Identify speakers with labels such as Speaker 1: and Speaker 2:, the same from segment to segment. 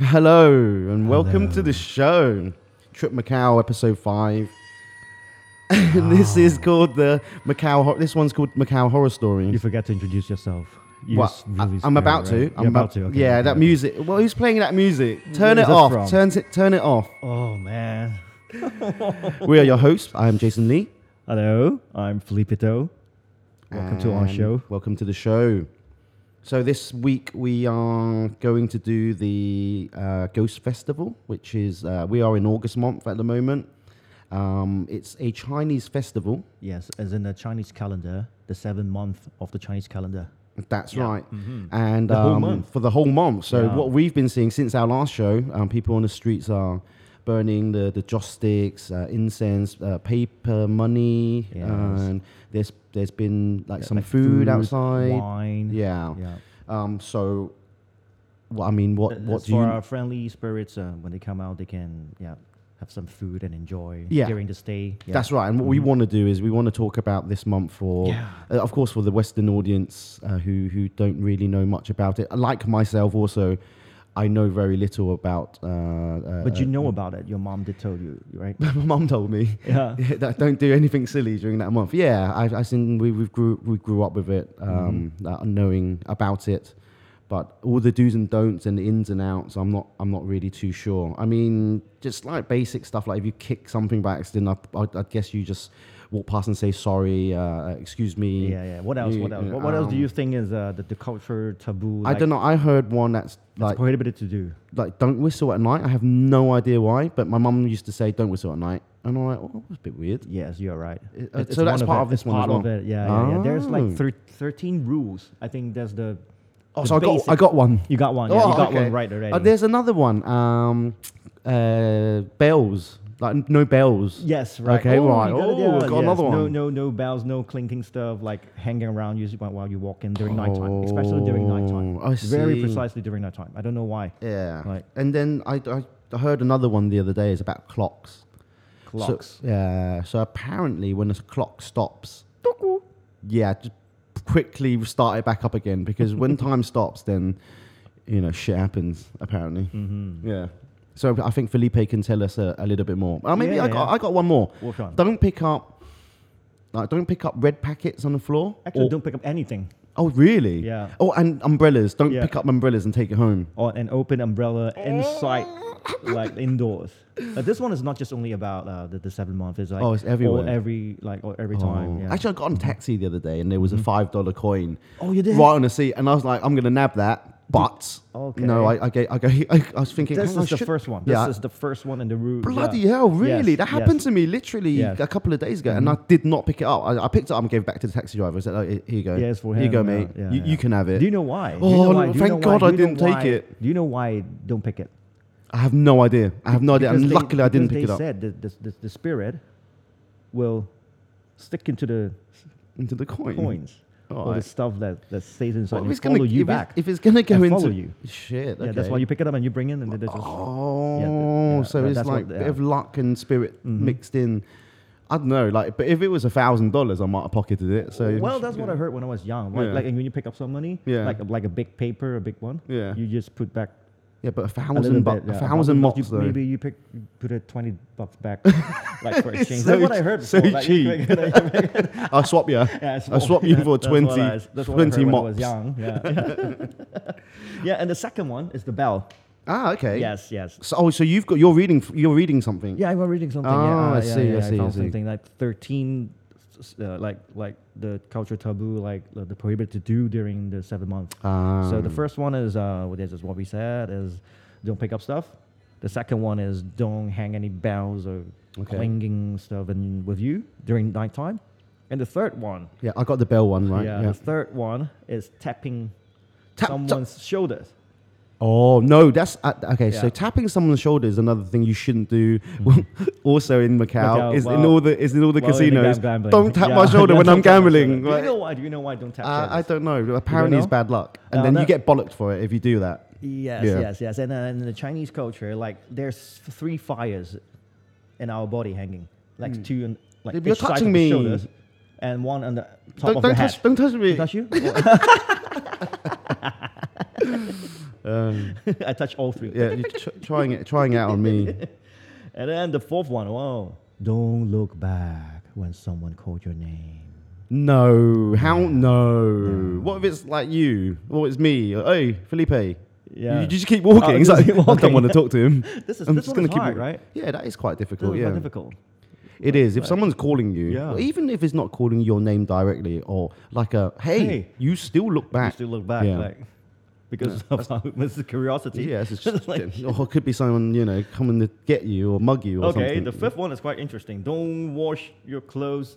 Speaker 1: Hello and welcome to the show, Trip Macau episode five. And this is
Speaker 2: Ah.
Speaker 1: called the Macau. Hor- This one's called Macau Horror Story.
Speaker 2: You forgot to introduce yourself. You
Speaker 1: What?
Speaker 2: just really
Speaker 1: I, am
Speaker 2: scared,
Speaker 1: about
Speaker 2: right?
Speaker 1: to.
Speaker 2: You're
Speaker 1: I'm
Speaker 2: about to. Okay,
Speaker 1: yeah,
Speaker 2: okay,
Speaker 1: that
Speaker 2: okay.
Speaker 1: music. Well, who's playing that music? Turn
Speaker 2: is
Speaker 1: it
Speaker 2: that
Speaker 1: off.
Speaker 2: from?
Speaker 1: Turn it. Turn it off.
Speaker 2: Oh man.
Speaker 1: we are your hosts. I am Jason Lee.
Speaker 2: Hello, I'm Felipito. Welcome to our
Speaker 1: and
Speaker 2: show.
Speaker 1: Welcome to the show. So this week we are going to do the uh, Ghost Festival, which is uh, we are in August month at the moment. Um, it's a Chinese festival.
Speaker 2: Yes, as in the Chinese calendar, the seventh month of the Chinese calendar.
Speaker 1: That's
Speaker 2: Yeah. Mm-hmm.
Speaker 1: right. And
Speaker 2: The whole
Speaker 1: um,
Speaker 2: month.
Speaker 1: for the whole month. So
Speaker 2: Yeah.
Speaker 1: what we've been seeing since our last show, um, people on the streets are burning the, the joss sticks, uh, incense, uh, paper money,
Speaker 2: Yes.
Speaker 1: and there's there's been like
Speaker 2: Yeah,
Speaker 1: some
Speaker 2: like
Speaker 1: food,
Speaker 2: food,
Speaker 1: outside.
Speaker 2: Wine.
Speaker 1: Yeah.
Speaker 2: Yeah.
Speaker 1: Um, so, well, I mean, what
Speaker 2: It's
Speaker 1: what do
Speaker 2: for
Speaker 1: you?
Speaker 2: our friendly spirits, uh, when they come out, they can yeah have some food and enjoy
Speaker 1: Yeah.
Speaker 2: during the stay. Yeah. Mm-hmm.
Speaker 1: That's right. And what we want to do is we want to talk about this month for,
Speaker 2: Yeah.
Speaker 1: uh, of course, for the Western audience uh, who who don't really know much about it. Like myself, also, I know very little about. Uh, uh,
Speaker 2: But you know about it. Your mom did tell you, right?
Speaker 1: uh, my mum told me
Speaker 2: yeah.
Speaker 1: that don't do anything silly during that month. Yeah, I, I think we we grew we grew up with it, um,
Speaker 2: Mm-hmm.
Speaker 1: uh, knowing about it. But all the do's and don'ts and the ins and outs, I'm not I'm not really too sure. I mean, just like basic stuff, like if you kick something by accident, I, I, I guess you just walk past and say sorry, uh, excuse me.
Speaker 2: Yeah, yeah. What else?
Speaker 1: You-
Speaker 2: What else?
Speaker 1: you-
Speaker 2: What, what else do
Speaker 1: um,
Speaker 2: you think is uh, the, the culture taboo?
Speaker 1: I don't know. I heard one that's like
Speaker 2: prohibited to do.
Speaker 1: like don't whistle at night. I have no idea why, but my mum used to say don't whistle at night, and I'm like, oh, that's a bit weird.
Speaker 2: Yes, you're right.
Speaker 1: It-
Speaker 2: It-
Speaker 1: uh,
Speaker 2: it's
Speaker 1: so that's
Speaker 2: one
Speaker 1: part
Speaker 2: it.
Speaker 1: of this
Speaker 2: It's
Speaker 1: one as
Speaker 2: Part of
Speaker 1: well.
Speaker 2: it. Yeah, yeah, yeah. There's
Speaker 1: Oh.
Speaker 2: like thir- 13 rules. I think that's the.
Speaker 1: Oh,
Speaker 2: the
Speaker 1: so I got I
Speaker 2: basic-
Speaker 1: got one.
Speaker 2: You got one. Yeah, you got
Speaker 1: okay.
Speaker 2: one right already.
Speaker 1: Uh, there's another one. Um, uh, bells, like n- no bells.
Speaker 2: yes, right.
Speaker 1: Okay,
Speaker 2: oh,
Speaker 1: right.
Speaker 2: you got it,
Speaker 1: Oh,
Speaker 2: yeah,
Speaker 1: got another
Speaker 2: yes.
Speaker 1: one.
Speaker 2: No, no, no bells, no clinking stuff like hanging around you while you walk in during nighttime, especially during nighttime.
Speaker 1: Oh, I
Speaker 2: Very
Speaker 1: see.
Speaker 2: precisely during nighttime. I don't know why.
Speaker 1: Yeah.
Speaker 2: Right.
Speaker 1: And then I, I- I heard another one the other day is about clocks. So-
Speaker 2: Clocks.
Speaker 1: yeah. So apparently, when a clock stops, yeah, just quickly start it back up again because when time stops, then you know shit happens. Apparently.
Speaker 2: mm-hmm.
Speaker 1: Yeah. So I think Felipe can tell us a, a little bit more. Uh, maybe
Speaker 2: Yeah,
Speaker 1: I, got,
Speaker 2: yeah.
Speaker 1: I got one more.
Speaker 2: Walk on.
Speaker 1: Don't pick up, like, don't pick up red packets on the floor.
Speaker 2: Actually,
Speaker 1: Or-
Speaker 2: don't pick up anything.
Speaker 1: Oh, really?
Speaker 2: Yeah.
Speaker 1: Oh, and umbrellas. Don't
Speaker 2: Yeah.
Speaker 1: pick up umbrellas and take it home.
Speaker 2: or an open umbrella inside, like indoors. But this one is not just only about uh, the, the seven month. It's like
Speaker 1: Oh, it's everywhere.
Speaker 2: Or every like or every time.
Speaker 1: Oh.
Speaker 2: Yeah. Mm-hmm.
Speaker 1: Actually, I got on a taxi the other day and there was a five dollar coin
Speaker 2: oh, you did.
Speaker 1: right on the seat, and I was like, I'm gonna nab that, but
Speaker 2: Okay.
Speaker 1: no, I, I, ga- I, ga- I, I was thinking
Speaker 2: This
Speaker 1: "Oh, I
Speaker 2: is the
Speaker 1: should-"
Speaker 2: first one.
Speaker 1: Yeah.
Speaker 2: This is the first one in the room.
Speaker 1: Bloody hell, really? that happened to me literally
Speaker 2: Yes. Mm-hmm.
Speaker 1: a couple of days ago, and I did not pick it up. I, I picked it up and gave it back to the taxi driver. I said, oh, here you go.
Speaker 2: Yeah, it's for
Speaker 1: Here you
Speaker 2: him,
Speaker 1: go,
Speaker 2: yeah,
Speaker 1: mate.
Speaker 2: yeah,
Speaker 1: you,
Speaker 2: yeah.
Speaker 1: you can have it.
Speaker 2: Do you know why? Do
Speaker 1: Oh,
Speaker 2: you know why?
Speaker 1: look,
Speaker 2: Do you know
Speaker 1: thank
Speaker 2: why?
Speaker 1: God I
Speaker 2: Do you know
Speaker 1: didn't take
Speaker 2: why-
Speaker 1: it.
Speaker 2: Do you know why don't pick it?
Speaker 1: I have no idea. I have no idea.
Speaker 2: Because
Speaker 1: And
Speaker 2: they-
Speaker 1: luckily, I didn't
Speaker 2: because
Speaker 1: pick it up.
Speaker 2: They said that the, the, the spirit will stick into the
Speaker 1: into the coin.
Speaker 2: coins or
Speaker 1: Alright.
Speaker 2: the stuff that, that stays inside.
Speaker 1: Well, if
Speaker 2: and
Speaker 1: it's
Speaker 2: follow
Speaker 1: gonna,
Speaker 2: you
Speaker 1: if
Speaker 2: back.
Speaker 1: It's, if it's gonna go
Speaker 2: and
Speaker 1: into
Speaker 2: follow you.
Speaker 1: shit, okay.
Speaker 2: Yeah, that's why you pick it up and you bring in, and then they just.
Speaker 1: Oh,
Speaker 2: Yeah, th- yeah,
Speaker 1: so
Speaker 2: that-
Speaker 1: it's
Speaker 2: that's what
Speaker 1: like
Speaker 2: they
Speaker 1: bit
Speaker 2: are. Mm-hmm.
Speaker 1: of luck and spirit mixed in. I don't know, like, but if it was a thousand dollars, I might have pocketed it. So
Speaker 2: well, that's what I heard when I was young. Like,
Speaker 1: Yeah.
Speaker 2: like and when you pick up some money,
Speaker 1: Yeah.
Speaker 2: like like a big paper, a big one,
Speaker 1: Yeah.
Speaker 2: you just put back
Speaker 1: yeah, but a
Speaker 2: a little
Speaker 1: thousand, bu-
Speaker 2: bit, yeah,
Speaker 1: a thousand
Speaker 2: bucks,
Speaker 1: mocks
Speaker 2: you,
Speaker 1: though.
Speaker 2: Maybe you pick you put a twenty bucks back, like for
Speaker 1: It's
Speaker 2: exchange.
Speaker 1: so
Speaker 2: that's what I
Speaker 1: ch-
Speaker 2: heard.
Speaker 1: so
Speaker 2: before, like, you
Speaker 1: cheap.
Speaker 2: pick it up,
Speaker 1: I'll swap you.
Speaker 2: yeah, it's
Speaker 1: I'll
Speaker 2: more-
Speaker 1: swap you for
Speaker 2: that's what I-
Speaker 1: 20,
Speaker 2: that's
Speaker 1: 20
Speaker 2: what I heard when I
Speaker 1: mops.
Speaker 2: was young. Yeah. yeah, and the second one is the bell.
Speaker 1: Ah, okay.
Speaker 2: Yes, yes.
Speaker 1: So, oh, so you've got you're reading f- you're reading something.
Speaker 2: Yeah, I was reading something.
Speaker 1: Oh,
Speaker 2: yeah,
Speaker 1: I
Speaker 2: uh, yeah,
Speaker 1: see, I
Speaker 2: yeah,
Speaker 1: see, I
Speaker 2: found
Speaker 1: see.
Speaker 2: something like thirteen, s- uh, like like the culture taboo, like uh, the prohibited to do during the seven month.
Speaker 1: Um,
Speaker 2: so the first one is uh, what is is what we said is don't pick up stuff. The second one is don't hang any bells or
Speaker 1: Okay.
Speaker 2: clinging stuff in with you during nighttime. And the third one,
Speaker 1: yeah, I got the bell one right.
Speaker 2: yeah, the third one is tapping
Speaker 1: Tap- tap-
Speaker 2: someone's shoulders.
Speaker 1: Oh no, that's uh, okay. So
Speaker 2: Yeah. Mm.
Speaker 1: tapping someone's shoulder is another thing you shouldn't do. also in Macau,
Speaker 2: Macau,
Speaker 1: is in
Speaker 2: well-
Speaker 1: all the is in all the
Speaker 2: while in
Speaker 1: casinos.
Speaker 2: gam- gambling.
Speaker 1: don't tap
Speaker 2: Yeah,
Speaker 1: my shoulder
Speaker 2: yeah,
Speaker 1: when
Speaker 2: don't
Speaker 1: I'm
Speaker 2: tap my shoulder.
Speaker 1: gambling.
Speaker 2: Do you
Speaker 1: Right?
Speaker 2: know why? Do you know why don't tap?
Speaker 1: Uh,
Speaker 2: shoulders?
Speaker 1: I don't know. Apparently, it's
Speaker 2: know?
Speaker 1: bad luck, and
Speaker 2: Uh,
Speaker 1: then you
Speaker 2: that-
Speaker 1: get bollocked for it if you do that.
Speaker 2: Yes,
Speaker 1: Yeah.
Speaker 2: yes, yes. And uh, in the Chinese culture, like there's f- three fires in our body hanging, like two and like
Speaker 1: Hmm. If you're
Speaker 2: each side of
Speaker 1: touching
Speaker 2: the
Speaker 1: me.
Speaker 2: shoulders, and one on the top
Speaker 1: Don't,
Speaker 2: of
Speaker 1: don't
Speaker 2: the
Speaker 1: touch!
Speaker 2: head.
Speaker 1: Don't touch me.
Speaker 2: Touch you?
Speaker 1: Um,
Speaker 2: I touch all three.
Speaker 1: yeah, you tr- trying it, trying it out on me.
Speaker 2: And then the fourth one, wow. Don't look back when someone called your name.
Speaker 1: No, how no? What if it's like you or it's me? Or, hey, Felipe. You-
Speaker 2: Yeah.
Speaker 1: You, just keep walking.
Speaker 2: Oh,
Speaker 1: He's
Speaker 2: just
Speaker 1: like,
Speaker 2: keep
Speaker 1: I don't
Speaker 2: walking.
Speaker 1: want to talk to him.
Speaker 2: This is
Speaker 1: I'm
Speaker 2: this
Speaker 1: just
Speaker 2: one
Speaker 1: gonna
Speaker 2: is
Speaker 1: keep
Speaker 2: hard,
Speaker 1: walking.
Speaker 2: right?
Speaker 1: Yeah, that is quite
Speaker 2: This
Speaker 1: difficult.
Speaker 2: is
Speaker 1: Yeah,
Speaker 2: quite difficult.
Speaker 1: it is. If
Speaker 2: Right.
Speaker 1: someone's calling you,
Speaker 2: Yeah.
Speaker 1: or even if it's not calling your name directly, or like a hey,
Speaker 2: Hey.
Speaker 1: you still look
Speaker 2: You
Speaker 1: back.
Speaker 2: still look back,
Speaker 1: Yeah.
Speaker 2: like because of our- with the curiosity.
Speaker 1: yeah, it's
Speaker 2: It's
Speaker 1: just,
Speaker 2: like,
Speaker 1: or it could be someone you know coming to get you or mug you or
Speaker 2: okay,
Speaker 1: something.
Speaker 2: the fifth one is quite interesting. Don't wash your clothes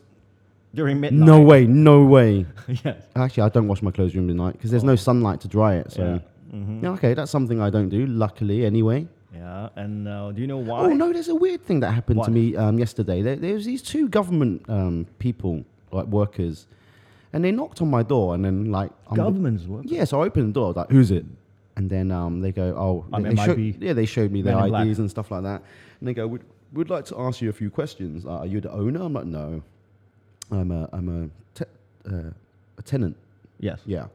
Speaker 2: during midnight.
Speaker 1: No way, no way.
Speaker 2: yes.
Speaker 1: Actually, I don't wash my clothes during the night because there's no sunlight to dry it. So,
Speaker 2: Oh. Yeah.
Speaker 1: yeah.
Speaker 2: hmm
Speaker 1: okay, that's something I don't do. Luckily, anyway.
Speaker 2: yeah. And uh, do you know why?
Speaker 1: Oh no, there's a weird thing that happened
Speaker 2: What?
Speaker 1: to me um, yesterday. There, there was these two government um, people, like workers, and they knocked on my door, and then like I'm-
Speaker 2: Governments work.
Speaker 1: Yeah, so I opened the door. I was like, "Who's it?" And then um, they go, "Oh,
Speaker 2: I'm
Speaker 1: they they showed-
Speaker 2: MIB.
Speaker 1: yeah." They showed me their
Speaker 2: Men in
Speaker 1: IDs
Speaker 2: Black.
Speaker 1: and stuff like that. And they go, "We'd would like to ask you a few questions. Uh, are you the owner?" I'm like, "No, I'm a I'm a, te- uh, a tenant."
Speaker 2: Yes.
Speaker 1: Yeah.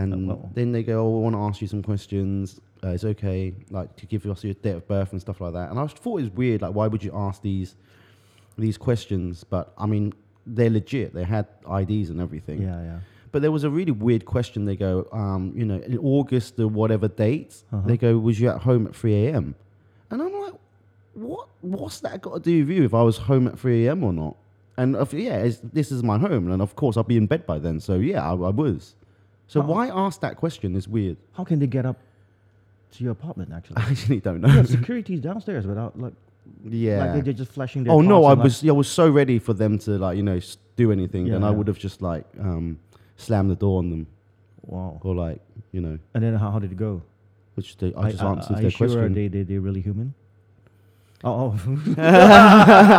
Speaker 1: And
Speaker 2: well.
Speaker 1: then they go, oh, we want to ask you some questions. Uh, it's okay, like to give us your date of birth and stuff like that. And I just thought it was weird, like why would you ask these these questions? But I mean, they're legit. They had IDs and everything.
Speaker 2: Yeah. Yeah.
Speaker 1: But there was a really weird question. They go, um, you know, in August the whatever date,
Speaker 2: Uh-huh.
Speaker 1: they go, was you at home at 3 a.m.? And I'm like, what? What's that got to do with you if I was home at 3 a.m. or not? And if, yeah, it's, this is my home, and of course I'll be in bed by then. So yeah, I, I was. So
Speaker 2: Oh.
Speaker 1: why ask that question is weird.
Speaker 2: How can they get up to your apartment? Actually,
Speaker 1: I actually don't
Speaker 2: yeah,
Speaker 1: know.
Speaker 2: security's downstairs without like
Speaker 1: yeah.
Speaker 2: like they're just flashing their.
Speaker 1: oh no,
Speaker 2: cards
Speaker 1: I
Speaker 2: and, like-
Speaker 1: was yeah, I was so ready for them to like you know s- do anything,
Speaker 2: Yeah,
Speaker 1: and I
Speaker 2: yeah.
Speaker 1: would have just like um, slammed the door on them
Speaker 2: Wow.
Speaker 1: or like you know,
Speaker 2: And then how, how did it go?
Speaker 1: which they, I just answered
Speaker 2: are
Speaker 1: their
Speaker 2: you sure
Speaker 1: question.
Speaker 2: They, they, they're really human? Oh, oh.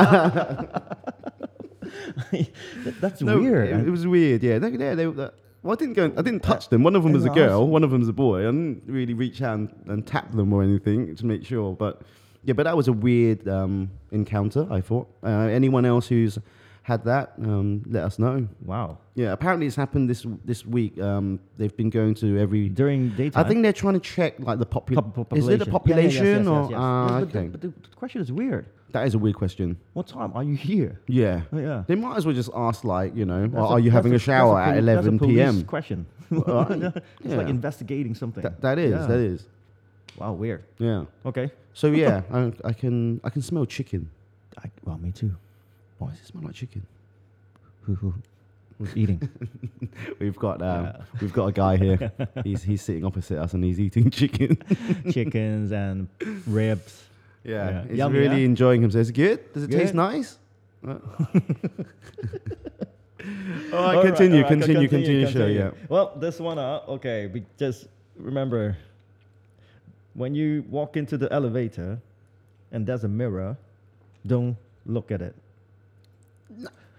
Speaker 2: That- that's
Speaker 1: No,
Speaker 2: weird. eh?
Speaker 1: It, it
Speaker 2: and-
Speaker 1: was weird. Yeah, they, yeah, they, were- well, I didn't go. I didn't touch them. One of them was a
Speaker 2: Anyone else?
Speaker 1: girl. One of them's a boy. I didn't really reach out and, and tap them or anything to make sure. But yeah, but that was a weird um, encounter. I thought. Uh, anyone else who's had that, um, let us know.
Speaker 2: wow.
Speaker 1: Yeah, apparently it's happened this this week. Um, they've been going to every.
Speaker 2: During daytime.
Speaker 1: I think they're trying to check like the popu-
Speaker 2: pop- pop-
Speaker 1: Is it
Speaker 2: population.
Speaker 1: the
Speaker 2: Yeah,
Speaker 1: population
Speaker 2: yeah, yes, yes,
Speaker 1: or?
Speaker 2: yes, yes.
Speaker 1: Ah,
Speaker 2: Yes, but,
Speaker 1: okay,
Speaker 2: the, but the- the question is weird.
Speaker 1: that is a weird question.
Speaker 2: What time are you here?
Speaker 1: Yeah.
Speaker 2: Oh, yeah.
Speaker 1: They might as well just ask, like, you know,
Speaker 2: That's
Speaker 1: are are you
Speaker 2: that's
Speaker 1: having a,
Speaker 2: that's
Speaker 1: shower at
Speaker 2: poli-
Speaker 1: 11
Speaker 2: that's a police
Speaker 1: p.m.?
Speaker 2: question.
Speaker 1: Well,
Speaker 2: it's
Speaker 1: yeah.
Speaker 2: like investigating something.
Speaker 1: That, that is,
Speaker 2: Yeah.
Speaker 1: that is.
Speaker 2: Wow, weird.
Speaker 1: Yeah.
Speaker 2: Okay.
Speaker 1: So yeah, I, I can I can smell chicken.
Speaker 2: I, well, me too.
Speaker 1: Why does it smell like chicken?
Speaker 2: Who, who, who's eating?
Speaker 1: We've got um, we've got a guy here. he's he's sitting opposite us and he's eating chicken.
Speaker 2: Chickens and ribs.
Speaker 1: yeah,
Speaker 2: Yeah.
Speaker 1: he's
Speaker 2: Yum,
Speaker 1: really
Speaker 2: yeah?
Speaker 1: enjoying himself. Is it good? Does it taste
Speaker 2: Good.
Speaker 1: nice? Uh, all
Speaker 2: All
Speaker 1: right,
Speaker 2: right,
Speaker 1: continue,
Speaker 2: all right,
Speaker 1: continue, continue, show.
Speaker 2: continue.
Speaker 1: Yeah.
Speaker 2: Well, this one, uh, okay, we just remember when you walk into the elevator and there's a mirror, don't look at it.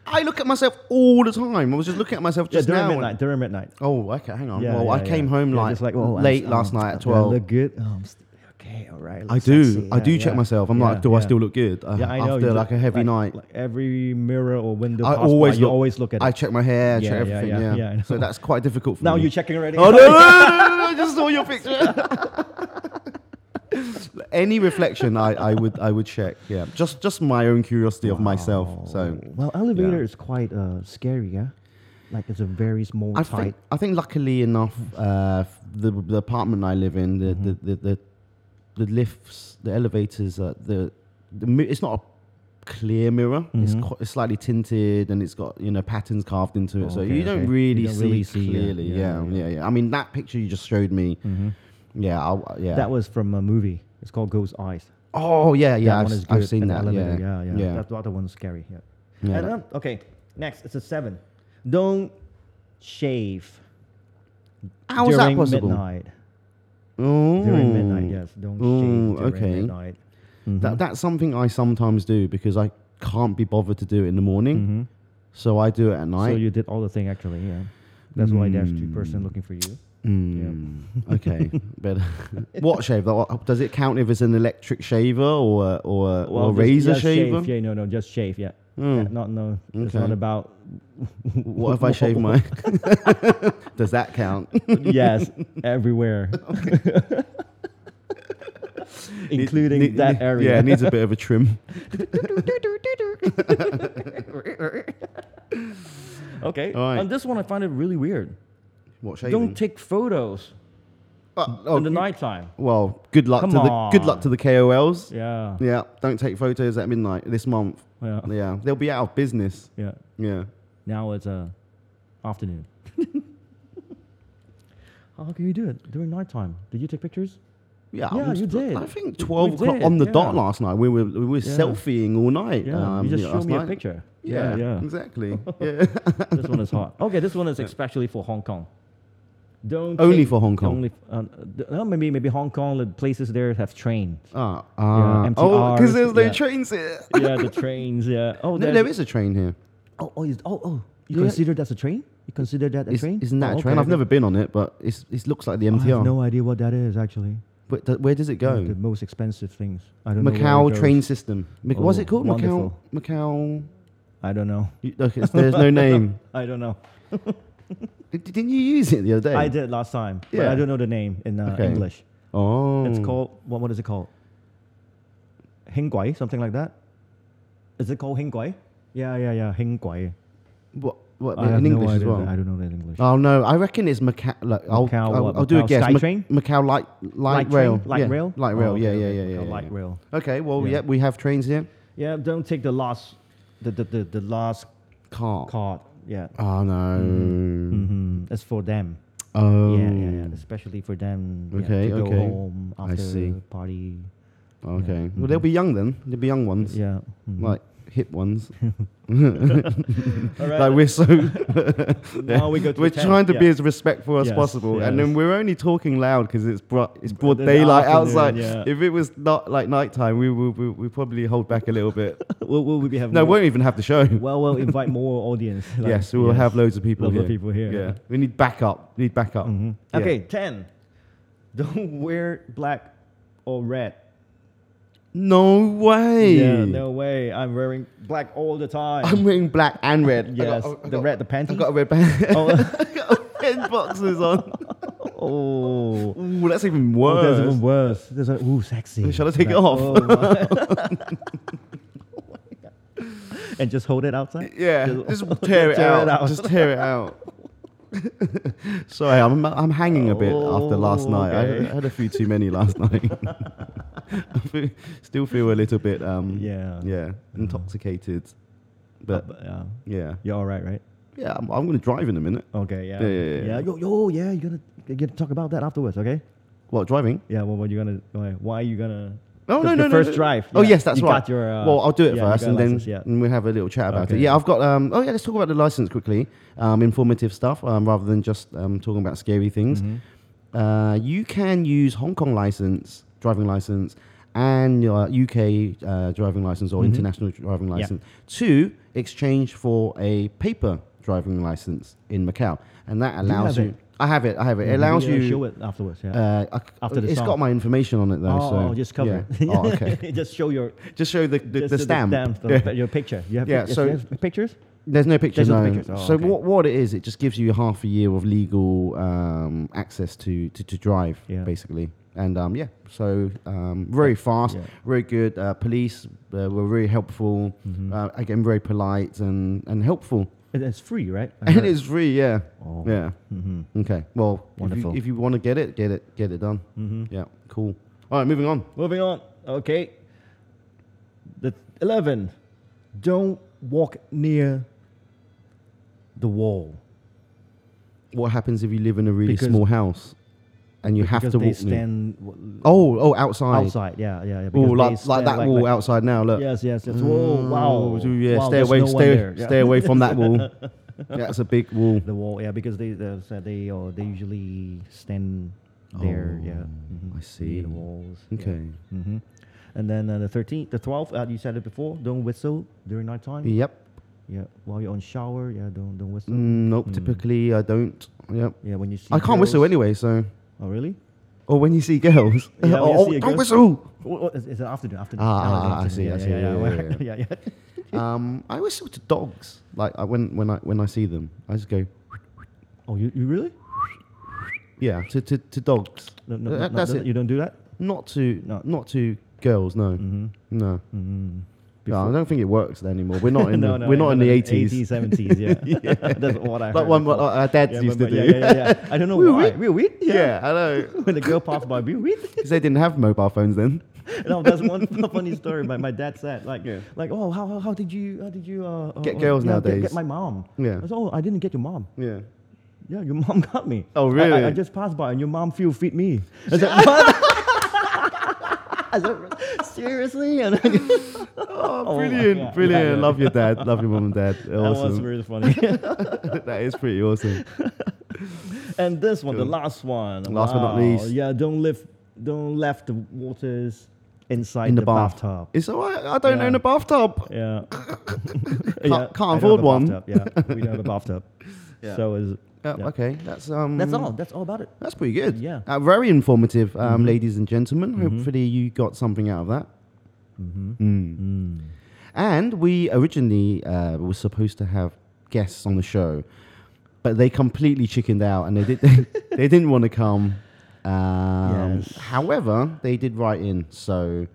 Speaker 1: I look at myself all the time. I was just looking at myself just
Speaker 2: yeah, during
Speaker 1: now. and-
Speaker 2: midnight. During midnight.
Speaker 1: Oh, okay. Hang on.
Speaker 2: Yeah,
Speaker 1: well,
Speaker 2: yeah,
Speaker 1: I came
Speaker 2: yeah.
Speaker 1: home
Speaker 2: You're
Speaker 1: like,
Speaker 2: just oh, I'm-
Speaker 1: late
Speaker 2: I'm-
Speaker 1: last night at
Speaker 2: do I
Speaker 1: twelve.
Speaker 2: Look good. Oh, I'm st- okay, all right.
Speaker 1: I
Speaker 2: look
Speaker 1: do.
Speaker 2: sexy.
Speaker 1: I
Speaker 2: Yeah,
Speaker 1: do check
Speaker 2: yeah.
Speaker 1: myself. I'm
Speaker 2: Yeah,
Speaker 1: like, do I
Speaker 2: yeah.
Speaker 1: still look good? Uh,
Speaker 2: Yeah, I know.
Speaker 1: After
Speaker 2: you
Speaker 1: like
Speaker 2: do.
Speaker 1: a heavy
Speaker 2: Like-
Speaker 1: night,
Speaker 2: like every mirror or window.
Speaker 1: I
Speaker 2: pass by,
Speaker 1: always
Speaker 2: you
Speaker 1: look-
Speaker 2: always look at it.
Speaker 1: I check my hair,
Speaker 2: Yeah,
Speaker 1: check
Speaker 2: yeah,
Speaker 1: everything.
Speaker 2: yeah,
Speaker 1: Yeah,
Speaker 2: yeah, I
Speaker 1: So
Speaker 2: know.
Speaker 1: that's quite difficult for
Speaker 2: now
Speaker 1: me.
Speaker 2: you're checking already.
Speaker 1: Oh no, no, no, no, no, I just saw your picture. Any reflection, I, I would I would check. Yeah, just just my own curiosity of myself. So
Speaker 2: Wow. Oh. well, elevator is quite uh, scary, yeah. Like it's a very small
Speaker 1: I
Speaker 2: tight.
Speaker 1: think I think luckily enough, uh, f- the the apartment I live in, the the, the, the the lifts, the elevators, uh, the, the mi- it's not a clear mirror. It's,
Speaker 2: Mhm.
Speaker 1: qu- it's slightly tinted and it's got you know patterns carved into it,
Speaker 2: Oh,
Speaker 1: so
Speaker 2: okay,
Speaker 1: you don't
Speaker 2: okay.
Speaker 1: really
Speaker 2: You don't
Speaker 1: see
Speaker 2: really see, yeah,
Speaker 1: clearly.
Speaker 2: yeah,
Speaker 1: Yeah yeah,
Speaker 2: yeah,
Speaker 1: yeah, I mean that picture you just showed me.
Speaker 2: Mhm.
Speaker 1: Yeah, I'll, yeah.
Speaker 2: That was from a movie. It's called Ghost Eyes.
Speaker 1: oh yeah, yeah.
Speaker 2: that
Speaker 1: I've,
Speaker 2: one
Speaker 1: s-
Speaker 2: is
Speaker 1: I've
Speaker 2: good
Speaker 1: seen
Speaker 2: at the
Speaker 1: that.
Speaker 2: elevator.
Speaker 1: Yeah,
Speaker 2: yeah,
Speaker 1: yeah.
Speaker 2: That, the other one's scary. Yeah.
Speaker 1: Yeah.
Speaker 2: And, um, okay, next it's a seven. Don't shave
Speaker 1: How is that
Speaker 2: during
Speaker 1: possible?
Speaker 2: midnight.
Speaker 1: Oh.
Speaker 2: During midnight, yes. Don't
Speaker 1: Ooh,
Speaker 2: shave during
Speaker 1: okay.
Speaker 2: midnight. Mm-hmm.
Speaker 1: That, that's something I sometimes do because I can't be bothered to do it in the morning.
Speaker 2: Mhm.
Speaker 1: So I do it at night.
Speaker 2: So you did all the thing actually. Yeah. That's why there's
Speaker 1: Hmm.
Speaker 2: two person looking for you.
Speaker 1: Mm, okay, but what shaver? What- Does it count if it's an electric shaver or a- or, a- or a
Speaker 2: just-
Speaker 1: razor
Speaker 2: just shave,
Speaker 1: shaver?
Speaker 2: Yeah, no, no, just shave. Yeah,
Speaker 1: Mm.
Speaker 2: Yeah, not no. It's
Speaker 1: Okay.
Speaker 2: not about.
Speaker 1: What if I shave my? Does that count?
Speaker 2: yes, everywhere. including
Speaker 1: Need-
Speaker 2: that
Speaker 1: need-
Speaker 2: area.
Speaker 1: Yeah, it needs a bit of a trim.
Speaker 2: okay.
Speaker 1: All right.
Speaker 2: And this one I find it really weird.
Speaker 1: What shaving?
Speaker 2: Don't take photos
Speaker 1: Uh, oh,
Speaker 2: in the
Speaker 1: you-
Speaker 2: nighttime.
Speaker 1: Well, good luck
Speaker 2: Come
Speaker 1: to the good luck
Speaker 2: on.
Speaker 1: to the KOLs.
Speaker 2: Yeah.
Speaker 1: Yeah. don't take photos at midnight this month.
Speaker 2: Yeah.
Speaker 1: Yeah, they'll be out of business.
Speaker 2: Yeah.
Speaker 1: Yeah.
Speaker 2: Now it's uh, afternoon. How can you do it during nighttime? Did you take pictures?
Speaker 1: Yeah,
Speaker 2: Yeah,
Speaker 1: I'm
Speaker 2: you
Speaker 1: st-
Speaker 2: did.
Speaker 1: I think twelve
Speaker 2: We
Speaker 1: o'clock
Speaker 2: did,
Speaker 1: on the dot
Speaker 2: yeah.
Speaker 1: last night. We were we were
Speaker 2: Yeah.
Speaker 1: selfieing all night.
Speaker 2: Yeah.
Speaker 1: um,
Speaker 2: you just
Speaker 1: know,
Speaker 2: showed
Speaker 1: last
Speaker 2: me a
Speaker 1: night.
Speaker 2: picture.
Speaker 1: Yeah,
Speaker 2: Yeah.
Speaker 1: exactly. Yeah.
Speaker 2: this one is hot. Okay, this one is especially for Hong Kong. Don't
Speaker 1: Only
Speaker 2: take-
Speaker 1: for Hong Kong.
Speaker 2: Only uh, d- uh, maybe maybe Hong Kong the places there have trains.
Speaker 1: ah, ah.
Speaker 2: empty
Speaker 1: oh, because
Speaker 2: Rs,
Speaker 1: there's no
Speaker 2: yeah.
Speaker 1: trains here.
Speaker 2: yeah, the trains. Yeah. Oh,
Speaker 1: No,
Speaker 2: there's-
Speaker 1: there is a train here.
Speaker 2: Oh, oh, is, oh, oh. You
Speaker 1: Yeah.
Speaker 2: consider that's a train? You consider that a
Speaker 1: Is,
Speaker 2: train?
Speaker 1: isn't that
Speaker 2: Oh,
Speaker 1: a train?
Speaker 2: okay,
Speaker 1: I've
Speaker 2: okay.
Speaker 1: never been on it, but it's, it looks like the
Speaker 2: I have
Speaker 1: MTR.
Speaker 2: no idea what that is actually.
Speaker 1: but th- where does it
Speaker 2: One of The
Speaker 1: go?
Speaker 2: most expensive things. I don't know. where it
Speaker 1: Macau
Speaker 2: goes.
Speaker 1: train system. Mac- what's
Speaker 2: Oh,
Speaker 1: it called?
Speaker 2: wonderful.
Speaker 1: Macau. Macau.
Speaker 2: I don't know.
Speaker 1: You- Look, it's, there's no name.
Speaker 2: I don't know.
Speaker 1: D- Didn't you use it the other day?
Speaker 2: I did last time, but
Speaker 1: Yeah.
Speaker 2: I don't know the name in uh,
Speaker 1: Okay.
Speaker 2: English.
Speaker 1: Oh.
Speaker 2: It's called what? What is it called? Hingwai, something like that. Is it called Hingwai? Yeah, yeah, yeah. Hingwai.
Speaker 1: What, what,
Speaker 2: I have
Speaker 1: in
Speaker 2: no
Speaker 1: English as
Speaker 2: idea.
Speaker 1: well.
Speaker 2: I don't know that English.
Speaker 1: Oh no, I reckon it's Macau. Look, I'll,
Speaker 2: Macau
Speaker 1: I'll,
Speaker 2: what?
Speaker 1: I'll do a
Speaker 2: Macau
Speaker 1: guess.
Speaker 2: Sky
Speaker 1: Mac-
Speaker 2: Train?
Speaker 1: Macau light, light,
Speaker 2: Light
Speaker 1: rail,
Speaker 2: train? Light
Speaker 1: yeah.
Speaker 2: rail?
Speaker 1: light rail.
Speaker 2: Oh,
Speaker 1: yeah,
Speaker 2: okay,
Speaker 1: yeah,
Speaker 2: okay,
Speaker 1: yeah, yeah,
Speaker 2: Macau
Speaker 1: yeah,
Speaker 2: light
Speaker 1: yeah.
Speaker 2: rail.
Speaker 1: Okay, well,
Speaker 2: Yeah.
Speaker 1: yeah, we have trains here.
Speaker 2: Yeah, don't take the last, the the the, the last
Speaker 1: Car.
Speaker 2: card. Yeah.
Speaker 1: Oh no.
Speaker 2: hmm It's for them.
Speaker 1: Oh.
Speaker 2: Yeah, yeah, yeah. Especially for them. yeah,
Speaker 1: Okay,
Speaker 2: to
Speaker 1: okay.
Speaker 2: Go home
Speaker 1: I
Speaker 2: after
Speaker 1: see.
Speaker 2: party.
Speaker 1: Okay. Well, they'll be young then. They'll be young ones,
Speaker 2: Mm-hmm. Yeah. mhm.
Speaker 1: like hip ones.
Speaker 2: All right,
Speaker 1: Like we're so
Speaker 2: mm-hmm. now we go to
Speaker 1: we're
Speaker 2: the tent,
Speaker 1: trying to be
Speaker 2: yeah.
Speaker 1: as respectful as
Speaker 2: Yes,
Speaker 1: possible, and
Speaker 2: yes.
Speaker 1: then we're only talking loud because it's broad, it's broad
Speaker 2: the
Speaker 1: daylight
Speaker 2: afternoon,
Speaker 1: outside.
Speaker 2: yeah.
Speaker 1: If it was not like nighttime, we would we, we probably hold back a little bit.
Speaker 2: Will, will we be having
Speaker 1: No, we
Speaker 2: more,
Speaker 1: won't even have the show.
Speaker 2: well, we'll invite more audience. like,
Speaker 1: yes, we'll
Speaker 2: yes.
Speaker 1: have loads of people
Speaker 2: Loads
Speaker 1: here.
Speaker 2: of people here.
Speaker 1: Yeah, we need backup. Need backup.
Speaker 2: Mhm.
Speaker 1: Yeah.
Speaker 2: Okay, ten. Don't wear black or red.
Speaker 1: No way.
Speaker 2: Yeah, no way. I'm wearing black all the time.
Speaker 1: I'm wearing black and red.
Speaker 2: yes,
Speaker 1: I got, I
Speaker 2: the
Speaker 1: got-
Speaker 2: red, the
Speaker 1: I
Speaker 2: panties.
Speaker 1: got a red band.
Speaker 2: oh,
Speaker 1: I got red boxes on.
Speaker 2: oh.
Speaker 1: Ooh, that's even
Speaker 2: Oh,
Speaker 1: worse.
Speaker 2: there's even worse. There's a ooh, sexy.
Speaker 1: Shall I take it
Speaker 2: Like,
Speaker 1: off? Oh
Speaker 2: oh my- and just hold it outside.
Speaker 1: yeah,
Speaker 2: Just-
Speaker 1: just tear it,
Speaker 2: tear
Speaker 1: out.
Speaker 2: it out.
Speaker 1: Just tear it out. Sorry, I'm I'm hanging a bit after last
Speaker 2: Oh,
Speaker 1: night. I-
Speaker 2: okay.
Speaker 1: I, had a few too many last night. I feel- still feel a little bit um
Speaker 2: Yeah.
Speaker 1: yeah intoxicated,
Speaker 2: Uh,
Speaker 1: but
Speaker 2: but, yeah,
Speaker 1: yeah
Speaker 2: you're all right, right?
Speaker 1: yeah I'm, I'm gonna drive in a minute.
Speaker 2: Okay, yeah.
Speaker 1: Yeah, yeah, yeah.
Speaker 2: Yo, yo, yeah. You're gonna, you're gonna talk about that afterwards, okay?
Speaker 1: What driving?
Speaker 2: Yeah. Well, what you gonna? Why, why are you gonna?
Speaker 1: No,
Speaker 2: the-
Speaker 1: no,
Speaker 2: the
Speaker 1: no, no,
Speaker 2: first
Speaker 1: no.
Speaker 2: drive.
Speaker 1: Oh
Speaker 2: yeah.
Speaker 1: yes, that's
Speaker 2: You
Speaker 1: right.
Speaker 2: got your, uh,
Speaker 1: well, I'll do it
Speaker 2: yeah, you
Speaker 1: first,
Speaker 2: got
Speaker 1: and then
Speaker 2: license, yeah.
Speaker 1: and we'll have a little chat about
Speaker 2: Okay.
Speaker 1: it. Yeah, I've got. Um, oh yeah, let's talk about the license quickly. Um, informative stuff um, rather than just um, talking about scary things.
Speaker 2: Mm-hmm.
Speaker 1: Uh, you can use Hong Kong license, driving license, and your UK uh, driving license
Speaker 2: Mm-hmm.
Speaker 1: or international driving license to exchange for a paper driving license in Macau, and that
Speaker 2: you
Speaker 1: allows
Speaker 2: have
Speaker 1: you.
Speaker 2: it?
Speaker 1: I have it. I have it.
Speaker 2: Yeah,
Speaker 1: it allows
Speaker 2: maybe, uh,
Speaker 1: you.
Speaker 2: show it afterwards. Yeah.
Speaker 1: Uh, I c-
Speaker 2: After the
Speaker 1: it's
Speaker 2: song.
Speaker 1: got my information on it though,
Speaker 2: oh,
Speaker 1: so
Speaker 2: oh, just cover
Speaker 1: yeah.
Speaker 2: it.
Speaker 1: oh, okay.
Speaker 2: just show your
Speaker 1: Just show the the,
Speaker 2: just
Speaker 1: the
Speaker 2: the
Speaker 1: stamp.
Speaker 2: stamp, the-
Speaker 1: Yeah.
Speaker 2: your picture. You have
Speaker 1: Yeah,
Speaker 2: pic-
Speaker 1: so-
Speaker 2: you have pictures.
Speaker 1: There's no picture.
Speaker 2: There's no
Speaker 1: no.
Speaker 2: pictures. Oh,
Speaker 1: so
Speaker 2: okay.
Speaker 1: what what it is, it just gives you half a year of legal um, access to, to to drive,
Speaker 2: Yeah.
Speaker 1: basically. And um, yeah, so um, very fast,
Speaker 2: Yeah.
Speaker 1: very good. Uh, police uh, were very helpful.
Speaker 2: Mm.
Speaker 1: Uh, again, very polite and, and helpful.
Speaker 2: And it's free, right? I
Speaker 1: And
Speaker 2: heard.
Speaker 1: it's free, yeah,
Speaker 2: Oh.
Speaker 1: yeah.
Speaker 2: Mhm.
Speaker 1: Okay, well,
Speaker 2: Wonderful.
Speaker 1: If you, if you want to get it, get it, get it done. Yeah, cool. All right, moving on.
Speaker 2: mm-hmm. Moving on. Okay. The 11. Don't walk near the wall.
Speaker 1: What happens if you live in a really
Speaker 2: Because-
Speaker 1: small house and you have
Speaker 2: because
Speaker 1: to
Speaker 2: they
Speaker 1: walk? near-
Speaker 2: stand w-
Speaker 1: Oh, oh, outside.
Speaker 2: outside. Yeah, yeah, yeah.
Speaker 1: Oh,
Speaker 2: because they
Speaker 1: like, like
Speaker 2: stand
Speaker 1: that wall
Speaker 2: like-
Speaker 1: outside now. Look.
Speaker 2: Yes, yes, yes. Whoa, wow.
Speaker 1: Oh, yeah,
Speaker 2: wow,
Speaker 1: stay
Speaker 2: there's
Speaker 1: away,
Speaker 2: no one
Speaker 1: stay,
Speaker 2: there. Yeah.
Speaker 1: stay away from that wall. That's a big wall.
Speaker 2: The wall, yeah, because they they, said they or they usually stand there, yeah.
Speaker 1: Oh, I
Speaker 2: mhm,
Speaker 1: see.
Speaker 2: Near the walls.
Speaker 1: Okay.
Speaker 2: hmm And then uh, the 13th, the 12th, uh, you said it before, don't whistle during nighttime.
Speaker 1: Yep.
Speaker 2: Yeah, while you're on shower, yeah, don't don't whistle.
Speaker 1: Mm, nope. Typically, I don't. Yep.
Speaker 2: Yeah, when you hmm. see.
Speaker 1: I can't whistle
Speaker 2: girls-
Speaker 1: anyway. So,
Speaker 2: Oh really?
Speaker 1: or when you see girls,
Speaker 2: Yeah, when you
Speaker 1: oh,
Speaker 2: see a
Speaker 1: oh,
Speaker 2: girl.
Speaker 1: don't whistle.
Speaker 2: Oh, oh, it's, it's an afternoon. Afternoon.
Speaker 1: Ah,
Speaker 2: Oh, it's
Speaker 1: ah, ah, I
Speaker 2: afternoon,
Speaker 1: see, I see, yeah,
Speaker 2: Yeah,
Speaker 1: yeah,
Speaker 2: yeah. yeah, yeah.
Speaker 1: Um, I whistle to dogs. Like I, when when I when I see them, I just go.
Speaker 2: Oh, you, you really?
Speaker 1: Yeah, to to, to dogs.
Speaker 2: No, no,
Speaker 1: Uh,
Speaker 2: no,
Speaker 1: that-
Speaker 2: no,
Speaker 1: that's
Speaker 2: no,
Speaker 1: it.
Speaker 2: You don't do that.
Speaker 1: Not to
Speaker 2: No.
Speaker 1: not to girls. No,
Speaker 2: Mm-hmm.
Speaker 1: Mm. no.
Speaker 2: Mm-hmm.
Speaker 1: No, I don't think it works anymore. We're not in
Speaker 2: no,
Speaker 1: the,
Speaker 2: no,
Speaker 1: we're not in the
Speaker 2: eighties,
Speaker 1: eighties.
Speaker 2: seventies. Yeah, that's what I heard.
Speaker 1: Like one what
Speaker 2: before.
Speaker 1: our dads
Speaker 2: yeah,
Speaker 1: used
Speaker 2: but-
Speaker 1: to
Speaker 2: yeah,
Speaker 1: do.
Speaker 2: yeah, yeah, yeah. I don't know
Speaker 1: Wee
Speaker 2: why.
Speaker 1: wee.
Speaker 2: Wee wee.
Speaker 1: Yeah, I know.
Speaker 2: when the girl passed by, wee wee.
Speaker 1: Because they didn't have mobile phones then.
Speaker 2: no, that's one funny story. My, my dad said, like,
Speaker 1: Yeah.
Speaker 2: like, oh, how, how, how did you, how did you uh, uh,
Speaker 1: Get
Speaker 2: uh,
Speaker 1: girls
Speaker 2: yeah, Get,
Speaker 1: nowadays.
Speaker 2: get my mom.
Speaker 1: Yeah.
Speaker 2: I said, oh, I didn't get your mom.
Speaker 1: Yeah.
Speaker 2: Yeah, your mom got me.
Speaker 1: Oh,
Speaker 2: I- I- I,
Speaker 1: really?
Speaker 2: just passed by, and your mom feel feed me. I said, what? I said, seriously? And I,
Speaker 1: Oh,
Speaker 2: my
Speaker 1: brilliant,
Speaker 2: God.
Speaker 1: brilliant.
Speaker 2: Yeah, yeah.
Speaker 1: Love your dad. Love your mom and dad.
Speaker 2: that was
Speaker 1: Awesome.
Speaker 2: really funny.
Speaker 1: that is pretty awesome.
Speaker 2: and this one, the
Speaker 1: Cool.
Speaker 2: last one.
Speaker 1: Last but not least.
Speaker 2: Yeah, don't live, don't left the waters inside
Speaker 1: In the
Speaker 2: the,
Speaker 1: bath.
Speaker 2: bathtub.
Speaker 1: It's all right. I don't
Speaker 2: Yeah.
Speaker 1: own a bathtub.
Speaker 2: Yeah.
Speaker 1: can't
Speaker 2: I don't
Speaker 1: afford
Speaker 2: have a
Speaker 1: one.
Speaker 2: bathtub. Yeah, we don't have a bathtub.
Speaker 1: Yeah.
Speaker 2: So is
Speaker 1: Yep,
Speaker 2: Yeah.
Speaker 1: Uh, Okay, that's um.
Speaker 2: that's all. That's all about it.
Speaker 1: That's pretty good.
Speaker 2: Yeah. Mm-hmm.
Speaker 1: Uh, very informative, um, ladies and gentlemen. Hopefully, you got something out of that. Mm. And we originally uh, were supposed to have guests on the show, but they completely chickened out and they did they, didn't want to come. Um,
Speaker 2: Yes. Oh,
Speaker 1: However, they did write in, so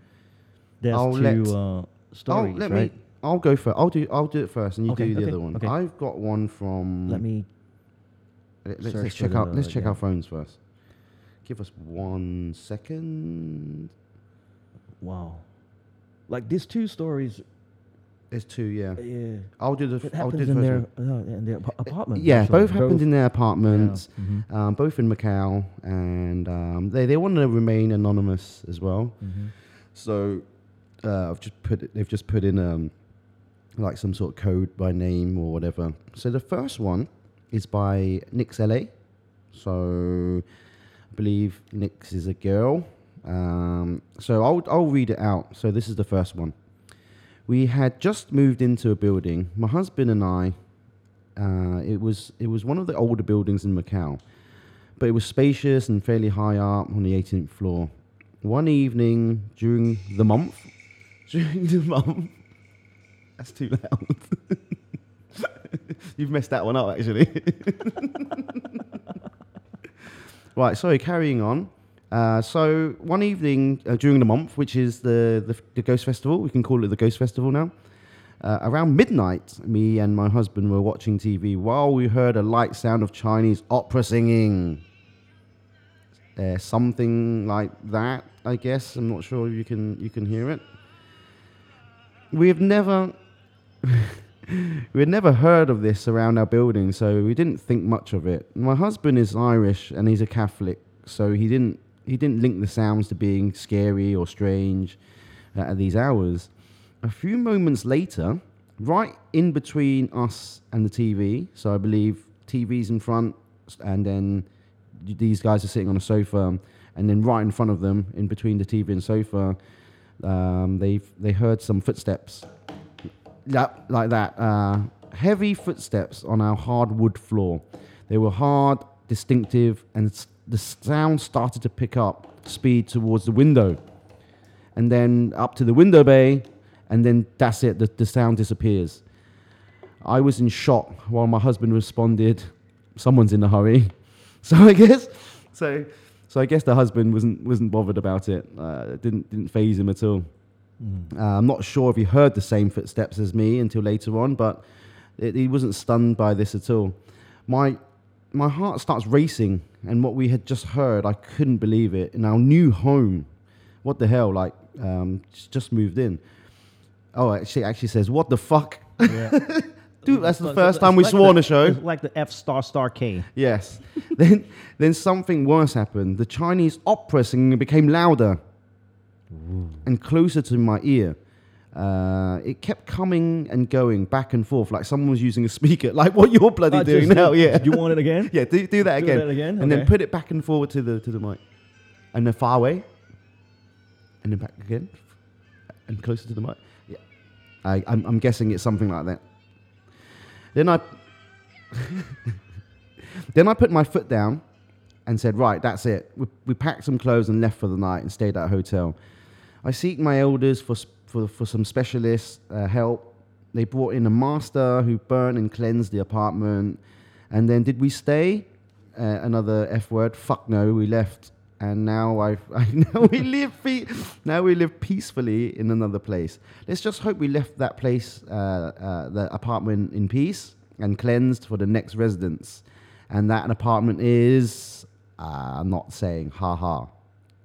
Speaker 2: There's
Speaker 1: I'll let-
Speaker 2: two uh, stories,
Speaker 1: I'll, let
Speaker 2: right?
Speaker 1: me. I'll go first. I'll do. I'll do it first, and you
Speaker 2: Okay,
Speaker 1: do the
Speaker 2: okay,
Speaker 1: other one.
Speaker 2: okay.
Speaker 1: I've got one from.
Speaker 2: Let me.
Speaker 1: Let, us
Speaker 2: Search
Speaker 1: let's
Speaker 2: for
Speaker 1: check out.
Speaker 2: the-
Speaker 1: Let's check
Speaker 2: yeah.
Speaker 1: our phones first. Give us one second.
Speaker 2: Wow. Like these two stories.
Speaker 1: There's two. Yeah.
Speaker 2: Yeah.
Speaker 1: I'll do the.
Speaker 2: It
Speaker 1: f- I'll do
Speaker 2: happens
Speaker 1: the
Speaker 2: in
Speaker 1: first
Speaker 2: their,
Speaker 1: one.
Speaker 2: uh, in their ap- apartment.
Speaker 1: Yeah,
Speaker 2: actually.
Speaker 1: both happened in their apartments,
Speaker 2: Mhm.
Speaker 1: um, both in Macau, and um, they they want to remain anonymous as well.
Speaker 2: Mhm.
Speaker 1: So uh, I've just put it, they've just put in um, like some sort of code by name or whatever. So the first one is by Nix LA. So I believe Nix is a girl. Um, so I'll I'll read it out. So this is the first one. We had just moved into a building. My husband and I. Uh, it was it was one of the older buildings in Macau but it was spacious and fairly high up on the 18th floor. One evening during the month, during the month, that's too loud. You've messed that one up, actually. right, so carrying on. Uh, so one evening uh, during the month, which is the, the the Ghost Festival, we can call it the Ghost Festival now. Uh, around midnight, me and my husband were watching TV while we heard a light sound of Chinese opera singing. Uh, something like that, I guess. I'm not sure if you can you can hear it. We have never we had never heard of this around our building, so we didn't think much of it. My husband is Irish and he's a Catholic, so he didn't he didn't link the sounds to being scary or strange uh, at these hours. A few moments later, right in between us and the TV, so I believe TV's in front, and then these guys are sitting on a sofa, and then right in front of them, in between the TV and sofa, um, they they heard some footsteps, Yep, like that, uh, heavy footsteps on our hardwood floor. They were hard, distinctive, and s- the sound started to pick up speed towards the window and then up to the window bay, and then that's it. The, the sound disappears. I was in shock while my husband responded, "Someone's in a hurry." So I guess, so, so I guess the husband wasn't wasn't bothered about it. Uh, it didn't didn't phase him at all. Uh, I'm not sure if he heard the same footsteps as me until later on, but it, he wasn't stunned by this at all. My my heart starts racing, and what we had just heard, I couldn't believe it. In our new home, what the hell? Like, um, just, just moved in. Oh, actually, actually says, what the fuck,
Speaker 2: Mm. Yeah.
Speaker 1: dude? That's the
Speaker 2: So- so
Speaker 1: first
Speaker 2: it's
Speaker 1: time we
Speaker 2: like
Speaker 1: swore
Speaker 2: the-
Speaker 1: on a show.
Speaker 2: It's like the F star star K.
Speaker 1: Yes. then, then something worse happened. The Chinese opera singing became louder and closer to my ear. Uh, it kept coming and going back and forth, like someone was using a speaker, like what you're bloody
Speaker 2: Uh,
Speaker 1: doing
Speaker 2: just-
Speaker 1: now. Yeah,
Speaker 2: You want it again?
Speaker 1: yeah. Do, do that
Speaker 2: Do
Speaker 1: again,
Speaker 2: that again,
Speaker 1: and then
Speaker 2: okay.
Speaker 1: put it back and forward to the to the mic, and then far away, and then back again, and closer to the mic. Yeah, I, I'm, I'm guessing it's something like that. Then I then I put my foot down and said, Right, that's it. We, we packed some clothes and left for the night and stayed at a hotel. I seek my elders for, s- for, for some specialist uh, help. They brought in a master who burnt and cleansed the apartment. And then, did we stay? Uh, another F word. Fuck no, we left. Uh, and now I've I, now we live pe- now we live peacefully in another place. Let's just hope we left that place, uh, uh, the apartment, in peace and cleansed for the next residence, and that apartment is uh, I'm not saying ha ha.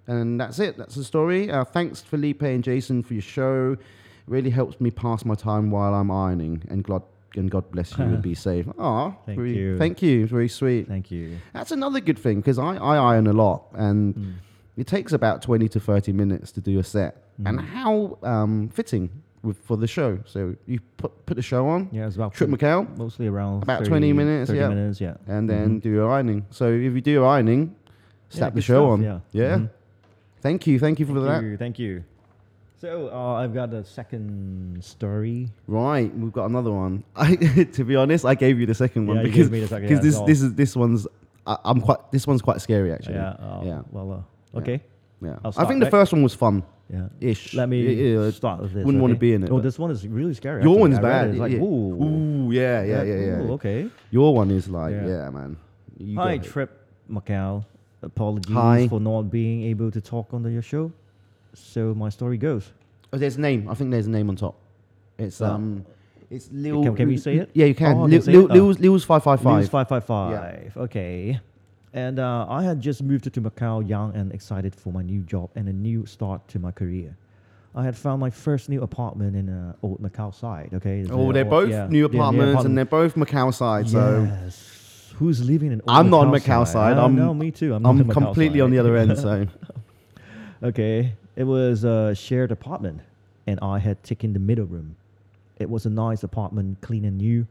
Speaker 1: And that's it. That's the story. Uh, thanks, Felipe and Jason, for your show. It really helps me pass my time while I'm ironing. And God, and God bless you and be safe. Aw,
Speaker 2: Thank
Speaker 1: very-
Speaker 2: you.
Speaker 1: Thank you. It's very sweet.
Speaker 2: Thank you. Mm.
Speaker 1: That's another good thing because I, I iron a lot and it takes about 20 to 30 minutes to do a set.
Speaker 2: Mm.
Speaker 1: And how um, fitting with, for the show. So you put, put the show on,
Speaker 2: Yeah, it's about
Speaker 1: trip McCall,
Speaker 2: mostly around
Speaker 1: About
Speaker 2: 30,
Speaker 1: 20 minutes,
Speaker 2: 30
Speaker 1: yeah.
Speaker 2: minutes, yeah.
Speaker 1: and then do your ironing. So if you do your ironing, slap the
Speaker 2: good
Speaker 1: show
Speaker 2: stuff,
Speaker 1: on.
Speaker 2: Mm-hmm. yeah. Mhm.
Speaker 1: Thank you. Thank you for that.
Speaker 2: Thank you. Thank you. So uh, I've got a second story.
Speaker 1: Right, we've got another one. I, to be honest, I gave you the second one
Speaker 2: Yeah, you
Speaker 1: because
Speaker 2: gave me the second,
Speaker 1: because
Speaker 2: yeah,
Speaker 1: this
Speaker 2: so-
Speaker 1: this is this one's I, I'm quite this one's quite scary actually.
Speaker 2: Yeah. Uh,
Speaker 1: yeah,
Speaker 2: Well, uh,
Speaker 1: Yeah.
Speaker 2: okay.
Speaker 1: yeah.
Speaker 2: I'll
Speaker 1: I
Speaker 2: start,
Speaker 1: think the
Speaker 2: right?
Speaker 1: first one was fun
Speaker 2: Yeah.
Speaker 1: ish.
Speaker 2: Let me
Speaker 1: Yeah, yeah.
Speaker 2: start with this.
Speaker 1: wouldn't wanna
Speaker 2: okay?
Speaker 1: be in it,
Speaker 2: Oh,
Speaker 1: but-
Speaker 2: this one is really scary.
Speaker 1: Your
Speaker 2: actually.
Speaker 1: one's
Speaker 2: I read
Speaker 1: bad.
Speaker 2: it, It's like,
Speaker 1: yeah.
Speaker 2: ooh.
Speaker 1: Ooh, yeah, yeah, yeah, yeah.
Speaker 2: ooh, okay.
Speaker 1: Your one is like, yeah,
Speaker 2: Yeah.
Speaker 1: man. You
Speaker 2: Hi,
Speaker 1: got it.
Speaker 2: Trip Macau. Apologies
Speaker 1: Hi.
Speaker 2: for not being able to talk on the, your show. So my story goes.
Speaker 1: Oh, there's a name. I think there's a name on top. It's
Speaker 2: Uh,
Speaker 1: um, it's Lil.
Speaker 2: can- can we say it?
Speaker 1: Yeah, you can.
Speaker 2: Oh, I can
Speaker 1: Lil,
Speaker 2: say
Speaker 1: Lil,
Speaker 2: it? Oh.
Speaker 1: Lil's, Lil's five five
Speaker 2: News
Speaker 1: five.
Speaker 2: 555. Okay. And uh, I had just moved to Macau young and excited for my new job and a new start to my career. I had found my first new apartment in uh, old Macau side. Okay. It's,
Speaker 1: Oh,
Speaker 2: uh,
Speaker 1: they're
Speaker 2: old-
Speaker 1: both
Speaker 2: yeah,
Speaker 1: new
Speaker 2: yeah,
Speaker 1: apartments and they're both Macau side. So
Speaker 2: Yes. Who's living in old
Speaker 1: I'm not on
Speaker 2: Macau
Speaker 1: Macau side.
Speaker 2: I
Speaker 1: I'm-
Speaker 2: know, me too. I'm,
Speaker 1: I'm,
Speaker 2: not on Macau
Speaker 1: completely on
Speaker 2: side.
Speaker 1: the other end. So
Speaker 2: Okay. It was a shared apartment, and I had taken the middle room. It was a nice apartment, clean and new.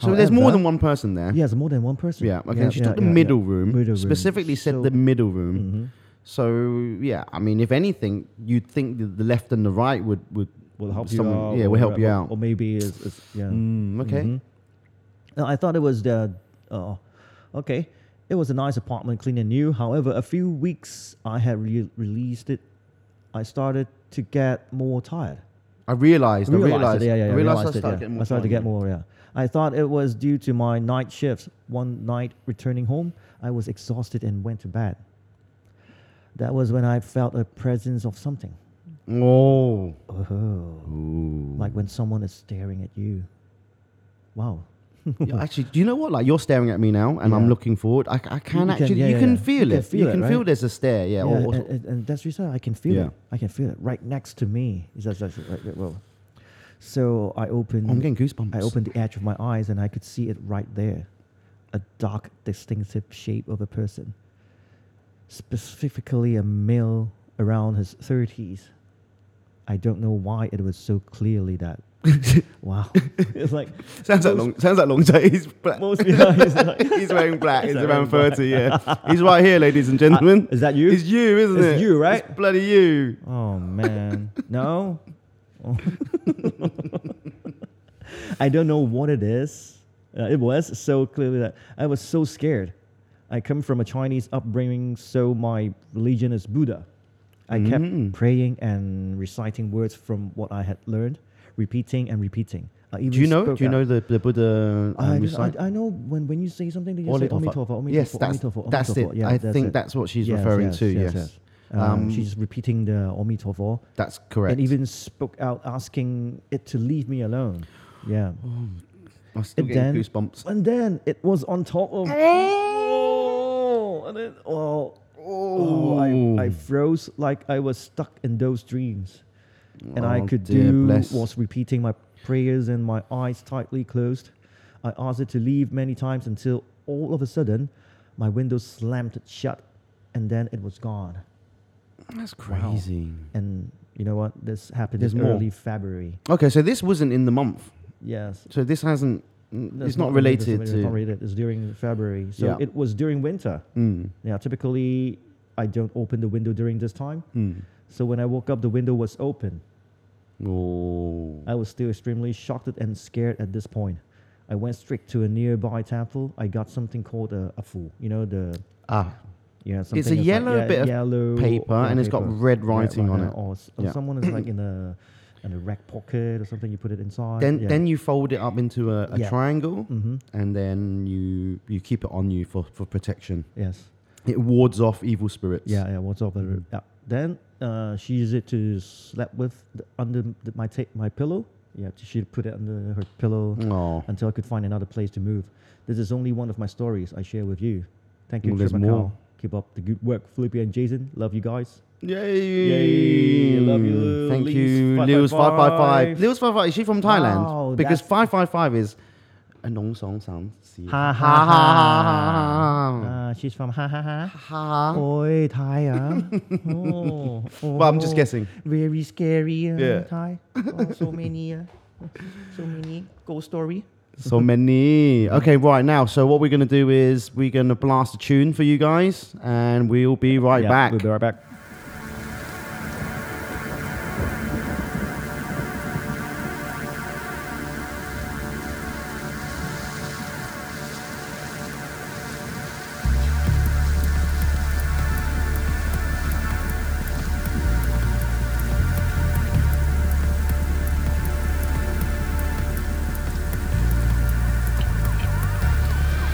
Speaker 1: so there's more
Speaker 2: However-
Speaker 1: than one person there.
Speaker 2: Yes, more than one person.
Speaker 1: Yeah, okay. she
Speaker 2: yeah,
Speaker 1: took the
Speaker 2: yeah,
Speaker 1: middle
Speaker 2: yeah.
Speaker 1: room,
Speaker 2: Middle room.
Speaker 1: specifically said
Speaker 2: So-
Speaker 1: the middle room.
Speaker 2: Mhm.
Speaker 1: So yeah, I mean, if anything, you'd think the, the left and the right would would
Speaker 2: Will help
Speaker 1: someone-
Speaker 2: you out.
Speaker 1: Yeah,
Speaker 2: or-
Speaker 1: will help you
Speaker 2: or-
Speaker 1: out.
Speaker 2: Or maybe it's, it's yeah.
Speaker 1: Mm, okay.
Speaker 2: Mhm. No, I thought it was the. Oh, okay. It was a nice apartment, clean and new. However, a few weeks I had re- released it, I started to get more tired.
Speaker 1: I realized. I
Speaker 2: Realized it,
Speaker 1: realized.
Speaker 2: yeah, yeah, yeah,
Speaker 1: I realized.
Speaker 2: realized
Speaker 1: I
Speaker 2: it,
Speaker 1: started
Speaker 2: yeah.
Speaker 1: getting more.
Speaker 2: I started to
Speaker 1: time.
Speaker 2: get more. Yeah, I thought it was due to my night shifts. One night returning home, I was exhausted and went to bed. That was when I felt a presence of something.
Speaker 1: Oh.
Speaker 2: Oh, like when someone is staring at you. Wow.
Speaker 1: Yeah, actually, do you know what? Like you're staring at me now, and I'm
Speaker 2: Yeah.
Speaker 1: looking forward. I, I can
Speaker 2: can-
Speaker 1: actually.
Speaker 2: yeah,
Speaker 1: you
Speaker 2: yeah,
Speaker 1: can
Speaker 2: yeah.
Speaker 1: feel
Speaker 2: You
Speaker 1: it.
Speaker 2: can feel
Speaker 1: you
Speaker 2: it,
Speaker 1: can feel
Speaker 2: right?
Speaker 1: there's a stare. Yeah. Oh, or-
Speaker 2: Yeah,
Speaker 1: or-
Speaker 2: and, and, and that's just I can feel
Speaker 1: Yeah.
Speaker 2: it. I can feel it right next to me. It's just, like- like- like- well. So I opened.
Speaker 1: I'm getting goosebumps.
Speaker 2: I opened the edge of my eyes and I could see it right there, a dark, distinctive shape of a person, specifically a male around his thirties. I don't know why it was so clearly that. wow, it's like
Speaker 1: Sounds like long. Sounds like long day. He's black.
Speaker 2: most behind like,
Speaker 1: He's wearing black. He's
Speaker 2: He's
Speaker 1: around
Speaker 2: wearing black. Uh,
Speaker 1: thirty. Yeah. He's right here, ladies and gentlemen.
Speaker 2: is that you?
Speaker 1: It's you, isn't it?
Speaker 2: It's you, right?
Speaker 1: It's bloody you.
Speaker 2: Oh man, no. Oh. I don't know what it is. Uh, it was so clearly that I was so scared. I come from a Chinese upbringing, so my religion is Buddha. I
Speaker 1: Mm.
Speaker 2: kept praying and reciting words from what I had learned, repeating and repeating. I even
Speaker 1: Do you know?
Speaker 2: spoke
Speaker 1: Do you
Speaker 2: out.
Speaker 1: know the, the Buddha? um,
Speaker 2: I, just, I,
Speaker 1: recite-
Speaker 2: I know when, when you say something, they just say
Speaker 1: Orlitopha.
Speaker 2: Omitofo, Omitofo,
Speaker 1: Yes, that's,
Speaker 2: Omitofo,
Speaker 1: that's
Speaker 2: Omitofo.
Speaker 1: it.
Speaker 2: Yeah,
Speaker 1: I
Speaker 2: that's
Speaker 1: think
Speaker 2: it.
Speaker 1: that's what she's
Speaker 2: Yes,
Speaker 1: referring
Speaker 2: yes,
Speaker 1: to. Yes,
Speaker 2: Um,
Speaker 1: Um,
Speaker 2: she's repeating the Omitofo
Speaker 1: that's correct.
Speaker 2: and even spoke out asking it to leave me alone. Yeah.
Speaker 1: Oh, I'm still
Speaker 2: and
Speaker 1: getting
Speaker 2: then-
Speaker 1: goosebumps.
Speaker 2: And then it was on top of. Oh, and then, oh, oh, I, I froze like I was stuck in those dreams. And I
Speaker 1: Oh,
Speaker 2: could
Speaker 1: dear,
Speaker 2: do
Speaker 1: bless.
Speaker 2: was repeating my prayers and my eyes tightly closed. I asked it to leave many times until all of a sudden my window slammed shut and then it was gone.
Speaker 1: That's crazy.
Speaker 2: And you know what? This happened
Speaker 1: There's
Speaker 2: in
Speaker 1: more.
Speaker 2: early February.
Speaker 1: Okay, so this wasn't in the month.
Speaker 2: Yes.
Speaker 1: So this hasn't. mm,
Speaker 2: That's
Speaker 1: It's not
Speaker 2: really- that's
Speaker 1: related
Speaker 2: really- It's not
Speaker 1: to.
Speaker 2: related. It's during February, so
Speaker 1: Yeah.
Speaker 2: it was during winter.
Speaker 1: Mm,
Speaker 2: Yeah, typically I don't open the window during this time.
Speaker 1: mm.
Speaker 2: So when I woke up, the window was open.
Speaker 1: Oh.
Speaker 2: I was still extremely shocked and scared at this point. I went straight to a nearby temple. I got something called a, a fu. You know the
Speaker 1: Ah.
Speaker 2: yeah. Something
Speaker 1: a
Speaker 2: that's
Speaker 1: yellow
Speaker 2: yeah,
Speaker 1: bit of
Speaker 2: yellow
Speaker 1: paper
Speaker 2: yeah,
Speaker 1: and it's got
Speaker 2: paper.
Speaker 1: red
Speaker 2: Yeah,
Speaker 1: writing on
Speaker 2: yeah,
Speaker 1: it.
Speaker 2: Or, s- or
Speaker 1: Yeah.
Speaker 2: someone is like in a in a rack pocket or something. You put it inside.
Speaker 1: Then,
Speaker 2: yeah.
Speaker 1: then you fold it up into a, a
Speaker 2: Yeah.
Speaker 1: triangle,
Speaker 2: Mhm.
Speaker 1: and then you you keep it on you for, for protection.
Speaker 2: yes.
Speaker 1: It wards off evil spirits.
Speaker 2: Yeah, yeah. What's up? with
Speaker 1: Mm.
Speaker 2: it? Yeah. Then uh, she used it to sleep with the, under the, my ta- my pillow. Yeah, she put it under her pillow
Speaker 1: Oh.
Speaker 2: until I could find another place to move. This is only one of my stories I share with you. Thank you,
Speaker 1: Well,
Speaker 2: well,
Speaker 1: Mm, there's more.
Speaker 2: Keep up the good work, Flippy and Jason. Love you guys.
Speaker 1: Yay!
Speaker 2: Yay, love you,
Speaker 1: Thank
Speaker 2: Lewis
Speaker 1: you, Lewis five five five.
Speaker 2: 555.
Speaker 1: Lewis five five. Is she from Thailand?
Speaker 2: Wow,
Speaker 1: because
Speaker 2: that's-
Speaker 1: five five five is a nong song sound. See.
Speaker 2: Ha ha
Speaker 1: ha, ha.
Speaker 2: Uh, she's from ha ha ha.
Speaker 1: ha.
Speaker 2: Oi, Thai. ah. oh,
Speaker 1: But I'm just
Speaker 2: oh,
Speaker 1: guessing.
Speaker 2: Very scary. Uh,
Speaker 1: Yeah.
Speaker 2: Thai. Oh, so many. Uh, so many ghost story.
Speaker 1: So many. Okay, right now. So what we're gonna do is we're gonna blast a tune for you guys, and we'll be right
Speaker 2: Yeah,
Speaker 1: back.
Speaker 2: We'll be right back.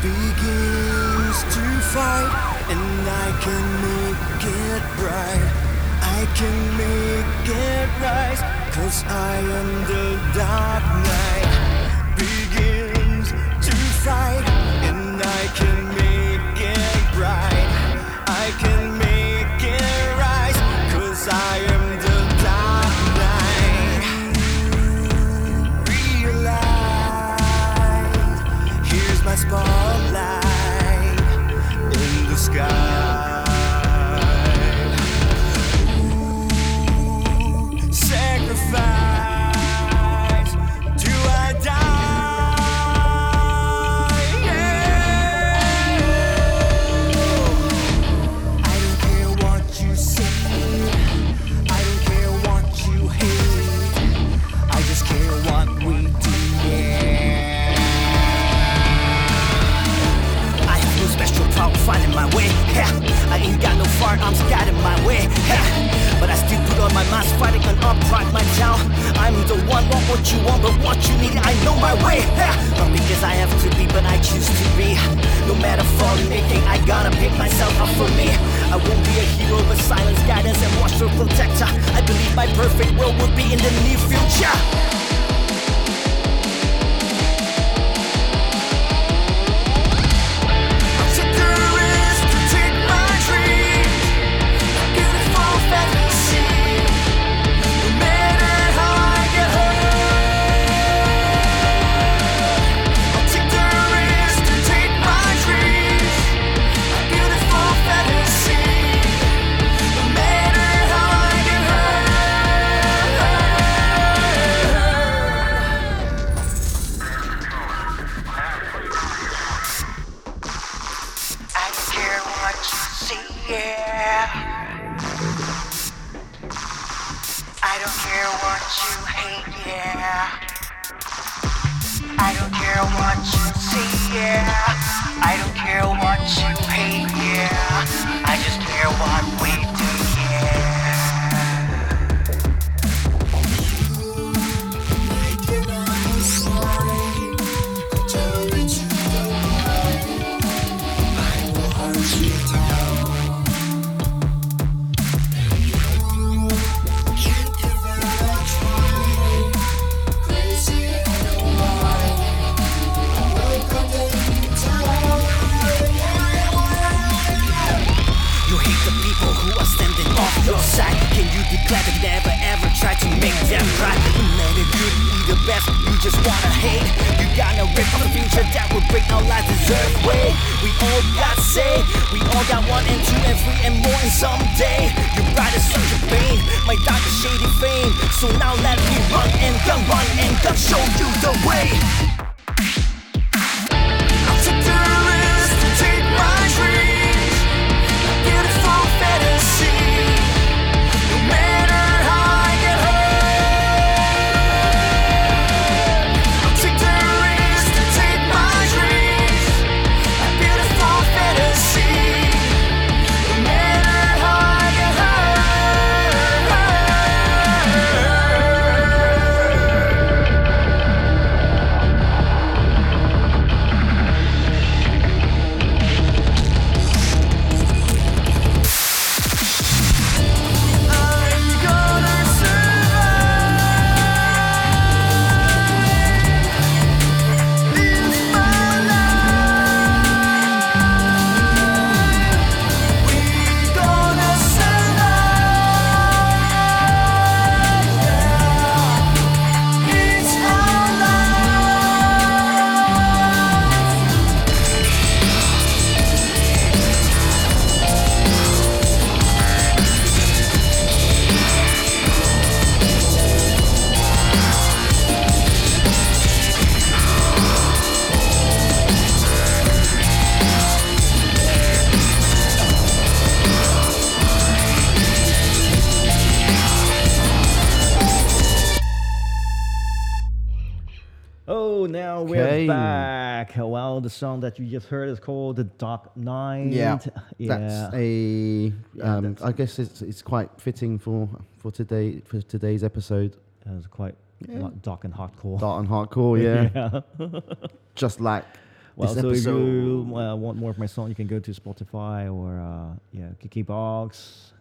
Speaker 3: begins to fight and I can make it bright. I can make it rise, cause I am the dark knight. Begins to fight and I can make it bright. I can make it rise, cause I am the dark knight realize here's my spotlight in the sky. Ooh, sacrifice. Do I die? Yeah. I don't care what you say. I don't care what you hate. I just care what we do. Yeah. I have no special power finding my way. Yeah. I ain't got no firearms got in my way. Yeah. But I still put on my mask, fighting an upright mental. I'm the one, want what you want, but what you need, I know my way. Yeah. Not because I have to be, but I choose to be. No matter for making, I gotta pick myself up for me. I won't be a hero, but silence, guidance, and watch the protector. I believe my perfect world will be in the near future.
Speaker 4: I don't care what you see, yeah. I don't care what you hate, yeah. I don't care what you see, yeah. I don't care what you hate, yeah. I just care what we do, yeah.
Speaker 3: You hate the people who are standing off your side. Can you declare that never ever try to make them right? No matter good be the best, you just wanna hate. You gotta rip up the future that will break our lives deserve way. We all got say, we all got one and two and three and more and someday. Your bright is such a pain, my dark is shady fame. So now let me run and gun, run and gun, show you the way. I took the risk to take my dreams. Beautiful fantasy. No matter how I get hurt, I took the risk to take my dreams. A beautiful fantasy. No matter how I get hurt.
Speaker 2: yeah, Oh, we're
Speaker 1: Okay.
Speaker 2: back. Well, the song that you just heard is called The Dark Knight.
Speaker 1: Yeah,
Speaker 2: Yeah.
Speaker 1: that's a.
Speaker 2: Yeah,
Speaker 1: Um,
Speaker 2: that's
Speaker 1: I guess it's it's quite fitting for for today for today's episode.
Speaker 2: That was quite like, dark and hardcore.
Speaker 1: Dark and hardcore, yeah, just like
Speaker 2: Well,
Speaker 1: this
Speaker 2: so
Speaker 1: episode.
Speaker 2: if you uh, want more of my song, you can go to Spotify or uh, yeah, KikiBox,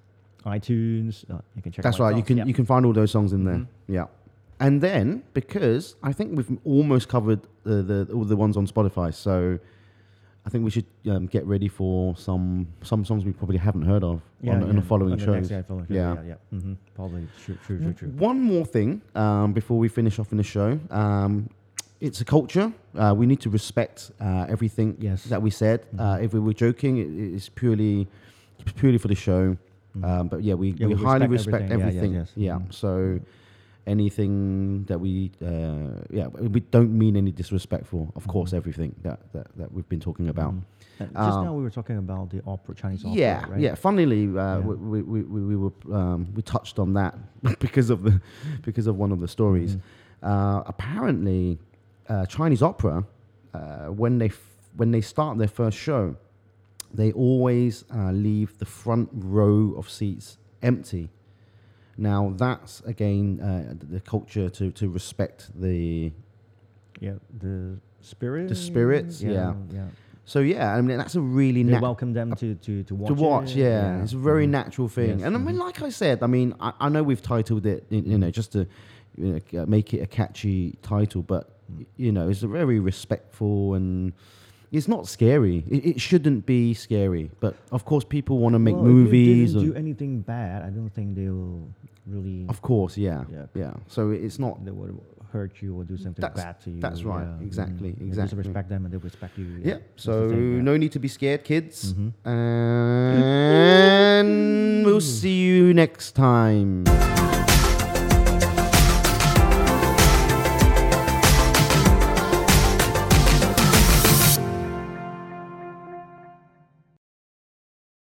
Speaker 2: iTunes. Uh, you can check.
Speaker 1: That's
Speaker 2: my
Speaker 1: right. You
Speaker 2: songs,
Speaker 1: can
Speaker 2: yeah. Mm-hmm.
Speaker 1: you can find all those songs in there. Yeah. And then because I think we've almost covered the, the all the ones on Spotify, so I think we should um, get ready for some some songs we probably haven't heard of on, the- in the following
Speaker 2: on the
Speaker 1: shows.
Speaker 2: next, yeah, following shows,
Speaker 1: Yeah. Mm-hmm.
Speaker 2: yeah, yeah. hmm Probably true, true, true, true.
Speaker 1: One more thing um, before we finish off in the show. Um, it's a culture. Uh, we need to respect uh, everything
Speaker 2: Yes. Mm-hmm.
Speaker 1: that we said. Uh, if we were joking, it, it's purely it's purely for the show. Um, but yeah, we,
Speaker 2: Mm-hmm. Yeah,
Speaker 1: we,
Speaker 2: we
Speaker 1: highly
Speaker 2: respect
Speaker 1: respect everything.
Speaker 2: everything. Yeah,
Speaker 1: Yeah.
Speaker 2: yes, yes. Mhm.
Speaker 1: So anything that we uh, yeah we don't mean any disrespectful. Of
Speaker 2: Mm-hmm.
Speaker 1: course, everything that, that, that we've been talking about.
Speaker 2: Uh, Just
Speaker 1: Um,
Speaker 2: now we were talking about the opera, Chinese opera,
Speaker 1: Yeah,
Speaker 2: right?
Speaker 1: yeah. Funnily, uh, We, we, we, we were um, we touched on that because of the because of one of the stories.
Speaker 2: Mm-hmm.
Speaker 1: Uh, apparently, uh, Chinese opera uh, when they f- when they start their first show, they always uh, leave the front row of seats empty. Now that's again uh, the culture to, to respect the
Speaker 2: yeah. The spirit,
Speaker 1: spirits, yeah.
Speaker 2: yeah.
Speaker 1: so yeah I mean that's a really
Speaker 2: They
Speaker 1: natural
Speaker 2: welcome them to to to watch.
Speaker 1: uh, to watch.
Speaker 2: it, Mm. Hmm.
Speaker 1: Yeah. it's a very natural thing.
Speaker 2: Yes, mm-hmm.
Speaker 1: And I mean, like I said, I mean, I, I know we've titled it, y- you know, just to you know, c- uh, make it a catchy title, but y- you know, it's a very respectful and it's not scary. It, it shouldn't be scary, but of course, people want to make
Speaker 2: Well,
Speaker 1: movies. and-
Speaker 2: If you didn't do anything bad, I don't think they'll really
Speaker 1: of course, yeah,
Speaker 2: Yeah.
Speaker 1: yeah, So it's not.
Speaker 2: they would hurt you or do something
Speaker 1: That's-
Speaker 2: bad to you.
Speaker 1: that's right.
Speaker 2: yeah.
Speaker 1: Exactly,
Speaker 2: Yeah, Just
Speaker 1: exactly.
Speaker 2: respect them and they respect you.
Speaker 1: Yeah.
Speaker 2: That's the
Speaker 1: So
Speaker 2: thing, Mm-hmm. yeah.
Speaker 1: no need to be scared, kids. And we'll see you next time.